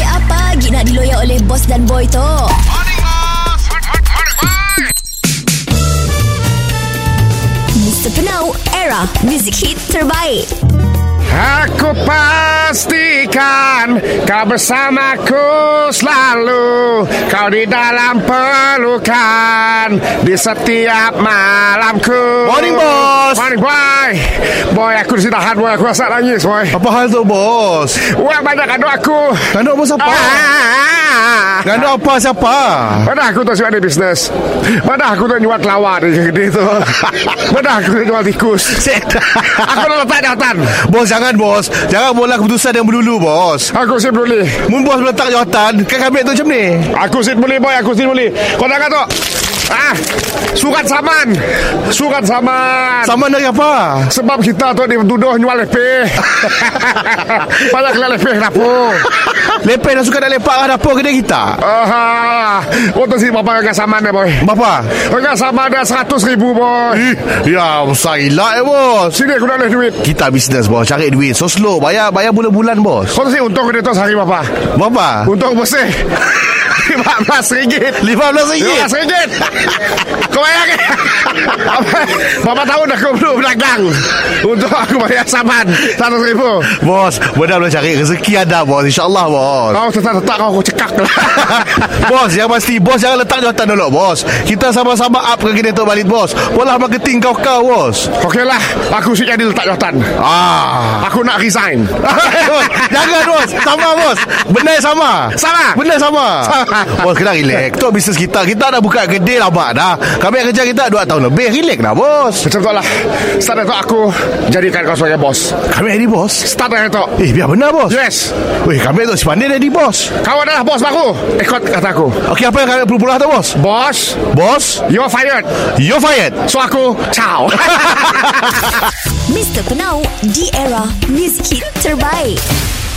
lagi nak diloyak oleh bos dan boy tu. Mr. Penau, era music hit terbaik. Aku pastikan kau bersamaku selalu Kau di dalam pelukan di setiap malamku Morning, bos. Morning boy Boy aku mesti tahan boy aku rasa nangis boy Apa hal tu bos? Wah banyak kandung aku Gandok bos apa? Ah. Gandok apa siapa? Mana aku tak siap ada bisnes Mana aku tak jual kelawar Dia gede tu Mana aku tak jual tikus Aku dah letak jawatan Bos jangan bos Jangan mula keputusan yang melulu bos Aku sip boleh Mun bos meletak jawatan Kan kabinet tu macam ni Aku sit boleh boy Aku sit boleh Kau nak kata Ah, surat saman Surat saman Sama dari apa? Sebab kita tu dituduh nyual lepeh Banyak kena lepeh lah, dapur Lepeh dah suka nak lepak lah dapur kedai kita Ah, Untuk si bapak dengan saman dia boy Bapa? Dengan saman dia 100 ribu boy Eh, ya besar gila eh bos Sini aku nak leh duit Kita bisnes bos Cari duit So slow Bayar bayar bulan-bulan bos Kau tu si untung dia tu sehari bapak Bapa? Untung bersih RM15 RM15 RM15 Kau bayar ke? Berapa tahun aku belum berdagang Untuk aku bayar saman RM100,000 Bos Benda boleh cari rezeki ada bos InsyaAllah bos Kau tetap-tetap kau aku cekak lah bos yang pasti Bos jangan letak jawatan dulu bos Kita sama-sama up ke Kinetic balik bos Pola marketing kau-kau bos Okey lah Aku sih jadi letak jawatan Ah Aku nak resign Bos, Jangan bos Sama bos Benar sama Sama. Benar sama Sama. Bos kena relax Tu bisnes kita Kita dah buka kedai lama dah Kami yang kerja kita 2 tahun lebih Relax dah bos Macam tu lah Start dari tu aku Jadikan kau sebagai bos Kami jadi bos Start dari tu Eh biar benar bos Yes Weh kami tu si pandai jadi bos Kau adalah bos baru Ikut kata aku Okey apa yang kami perlu pula tu bos Bos Bos You're fired You fired So aku Ciao Mr. Penau, di era music hit terbaik.